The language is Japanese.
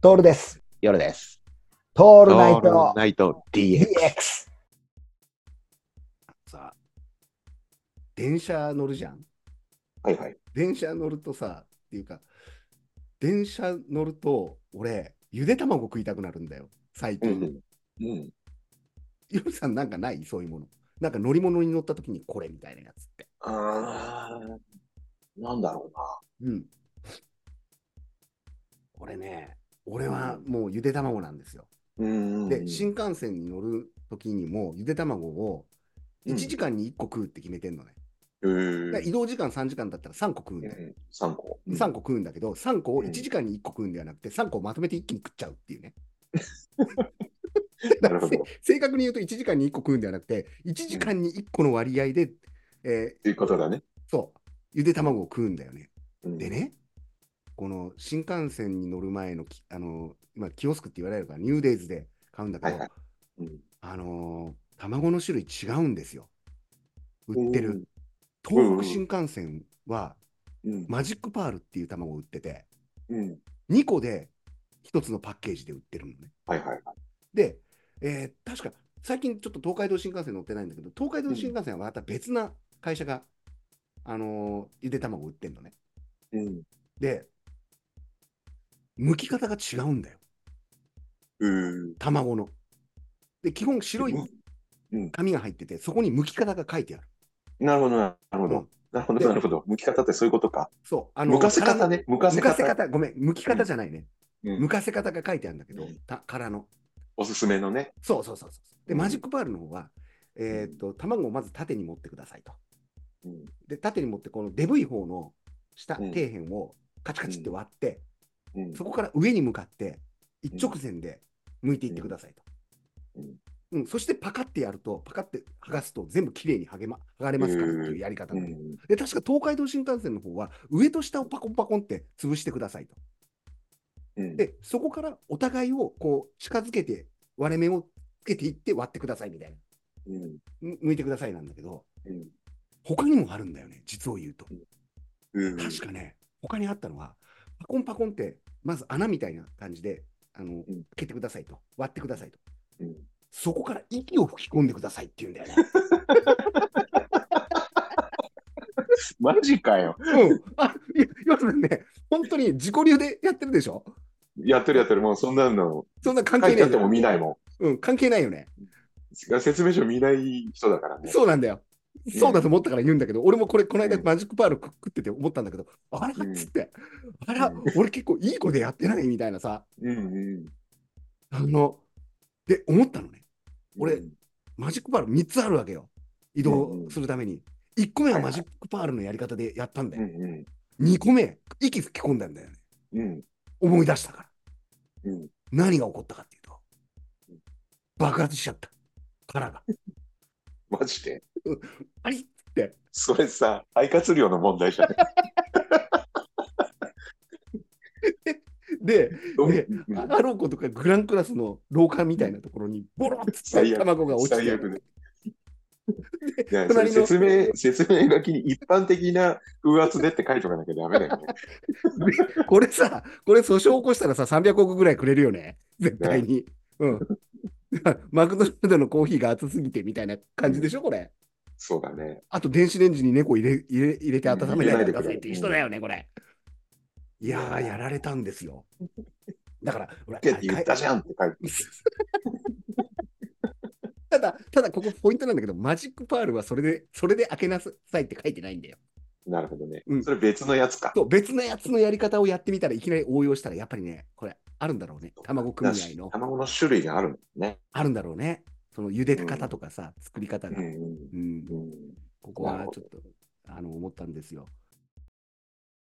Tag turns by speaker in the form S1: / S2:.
S1: トールです。
S2: 夜です。
S1: ト
S2: オ
S1: ールナイト
S2: ナイト DX。
S1: DX。
S3: さ、電車乗るじゃん。
S2: はいはい。
S3: 電車乗るとさ、っていうか、電車乗ると、俺、ゆで卵食いたくなるんだよ、最
S2: うん
S3: 近。
S2: うん。うん。
S3: ゆりさん、なんかないそういうもの。なんか乗り物に乗った時にこれみたいなやつって。
S2: あーなんだろ
S3: うん。これね、俺はもうゆで卵なんですよ。
S2: うな。うん
S3: で、新幹線に乗る時にも、ゆで卵を1時間に1個食うって決めてんのね。
S2: 間。
S3: だから移動時間3時間だったら3個食うんだよ。
S2: 3個。
S3: 3個食うんだけど、3個を
S2: うん
S3: 1時間に1個食うんではなくて、3個をまとめて一気に食っちゃうっていうね。
S2: なるほど
S3: だからせ正確に言うと1時間に1個食うんではなくて、1時間に1個の割合で、えー
S2: ということだね。
S3: そう、ゆで卵を食うんだよね。
S2: うん
S3: で。ね、この新幹線に乗る前のき、あのーまあ、キオスクって言われるから、ニューデイズで買うんだけど、
S2: はいはいうん
S3: あのー卵の種類違うんですよ。売ってる。
S2: うん
S3: 東北新幹線は、
S2: うん。
S3: マジックパールっていう卵を売ってて、
S2: うん。
S3: 2個で1つのパッケージで売ってるのね。
S2: はいはい。
S3: で、えー確か最近ちょっと東海道新幹線乗ってないんだけど、東海道新幹線はまた別な会社が、あのーゆで卵売ってるのね。
S2: うん。
S3: で、剥き方が違うんだよ、
S2: うん。
S3: 卵の。で、基本白い
S2: うん
S3: 紙が入ってて、そこに剥き方が書いてある。
S2: なるほど、なるほ
S3: う
S2: ど
S3: ん。
S2: なるほど、なるほど。剥き方ってそういうことか。
S3: そう、あ
S2: 剥かせ
S3: 殻
S2: 方
S3: の
S2: ね。剥かせ
S3: 剥かせ
S2: 方。
S3: 方、ごめん、剥き方じゃないね。
S2: うん
S3: 剥かせ方が書いてあるんだけど
S2: うん、
S3: た殻の。
S2: おすすめのね。
S3: そうそうそうそう。で、
S2: うん
S3: マジックパールの方は、えーっと、卵をまず縦に持ってくださいと。
S2: うん。
S3: で、縦に持って、このデブい方の下、
S2: うん
S3: 底辺をカチカチって割って、
S2: うん
S3: そこから上に向かって、一直線で剥いていってくださいと。
S2: う
S3: うんんそしてパカってやると、パカって剥がすと全部きれいに剥げ、ま、剥がれますからっていうやり方で,、
S2: うん
S3: で、確か東海道新幹線の方は、上と下をパコンパコンって潰してくださいと。
S2: うん。
S3: で、そこからお互いをこう近づけて、割れ目をつけていって割ってくださいみたいな。
S2: うん。
S3: む向いてくださいなんだけど、
S2: うん
S3: 他にもあるんだよね、実を言うと。
S2: うん。
S3: 確かね、他にあったのは、パコンパコンって、まず穴みたいな感じで、あの、
S2: ん
S3: 蹴ってくださいと、割ってくださいと。
S2: うん
S3: そこから息を吹き込んでくださいって言うんだよ ね。
S2: マジかよ。
S3: うん。あ、いや、要するにね、本当に自己流でやってるでしょ
S2: やってるやってる。もうそんなの、
S3: そんな関
S2: 書
S3: 係
S2: いて
S3: な
S2: あ
S3: いじ
S2: って
S3: ゃん
S2: も見ないもん。
S3: うん、関係ないよね。
S2: 説明書見ない人だからね。
S3: そうなんだよ。
S2: うん
S3: そうだと思ったから言うんだけど、俺もこれ、この間
S2: うん
S3: マジックパール食ってて思ったんだけど、あらっつって、あら
S2: うん、
S3: 俺結構いい子でやってないみたいなさ、
S2: うんうん。
S3: あの、で、思ったのね。俺
S2: うん、
S3: マジックパール3つあるわけよ。移
S2: うんうん
S3: 動するために。1個目は
S2: はいは
S3: マ
S2: い
S3: ジックパールのやり方でやったんだ
S2: う
S3: よ。
S2: ん
S3: 2個目、息吹き込んだんだよね。
S2: うん。うん
S3: 思い出したから。
S2: うん。
S3: 何が起こったかっていうと
S2: うん、
S3: 爆発しちゃった。殻 が。
S2: マジで。
S3: ありって。
S2: それさ、肺活量の問題じゃない。
S3: で、
S2: うん
S3: ああろうことかグランクラスの廊下みたいなところに、ボロッつっ
S2: 最
S3: て
S2: 悪
S3: 卵が落ち
S2: 最
S3: て
S2: 悪ね。いや
S3: 隣の
S2: 説明、説明書きに一般的な風圧でって書いとかなきゃダメだよね。
S3: これさ、これ訴訟起こしたらさ、300億ぐらいくれるよね。絶対に。うん。 マクドナルドのコーヒーが熱すぎてみたいな感じでしょ、これ。
S2: そうだね。
S3: あと電子レンジに猫入れ入れ入れて温めないでくださいっていう人だよね、これ。いやー、やられたんですよ。だから、ほら
S2: けって言ったじゃんって書いて。
S3: ただ、ただここポイントなんだけど、マジックパールはそれで、それで開けなさいって書いてないんだよ。
S2: なるほどね
S3: う。ん
S2: それ別のやつか。
S3: そう、別のやつのやり方をやってみたらいきなり応用したら、やっぱりね、これ、あるんだろうね。卵組合の。
S2: 卵の種類があるんだね。
S3: あるんだろうね。その茹で方とかさ、作り方
S2: うん
S3: が。うん。
S2: うんうん
S3: ここはちょっと、あの、思ったんですよ。